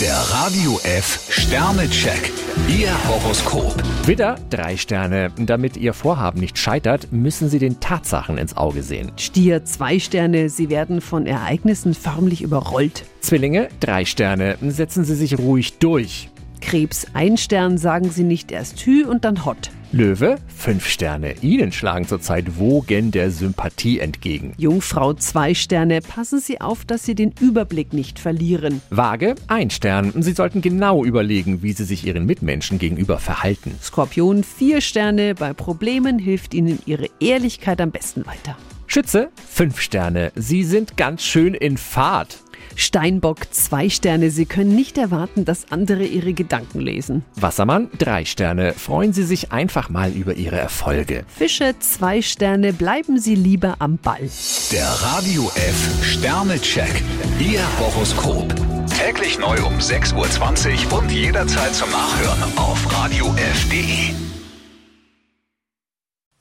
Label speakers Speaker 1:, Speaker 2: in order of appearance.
Speaker 1: Der Radio F Sternecheck. Ihr Horoskop.
Speaker 2: Widder, drei Sterne. Damit Ihr Vorhaben nicht scheitert, müssen Sie den Tatsachen ins Auge sehen.
Speaker 3: Stier, zwei Sterne, Sie werden von Ereignissen förmlich überrollt.
Speaker 2: Zwillinge, drei Sterne. Setzen Sie sich ruhig durch.
Speaker 3: Krebs, ein Stern, sagen Sie nicht erst Hü und dann Hot.
Speaker 2: Löwe, fünf Sterne. Ihnen schlagen zurzeit Wogen der Sympathie entgegen.
Speaker 3: Jungfrau, zwei Sterne, passen Sie auf, dass Sie den Überblick nicht verlieren.
Speaker 2: Waage, ein Stern. Sie sollten genau überlegen, wie Sie sich Ihren Mitmenschen gegenüber verhalten.
Speaker 3: Skorpion, vier Sterne, bei Problemen hilft Ihnen Ihre Ehrlichkeit am besten weiter.
Speaker 2: Schütze, fünf Sterne. Sie sind ganz schön in Fahrt.
Speaker 3: Steinbock, zwei Sterne, Sie können nicht erwarten, dass andere Ihre Gedanken lesen.
Speaker 2: Wassermann, drei Sterne. Freuen Sie sich einfach mal über Ihre Erfolge.
Speaker 3: Fische, zwei Sterne, bleiben Sie lieber am Ball.
Speaker 1: Der Radio F Sternecheck. Ihr Horoskop. Täglich neu um 6.20 Uhr und jederzeit zum Nachhören auf Radio E. radiof.de.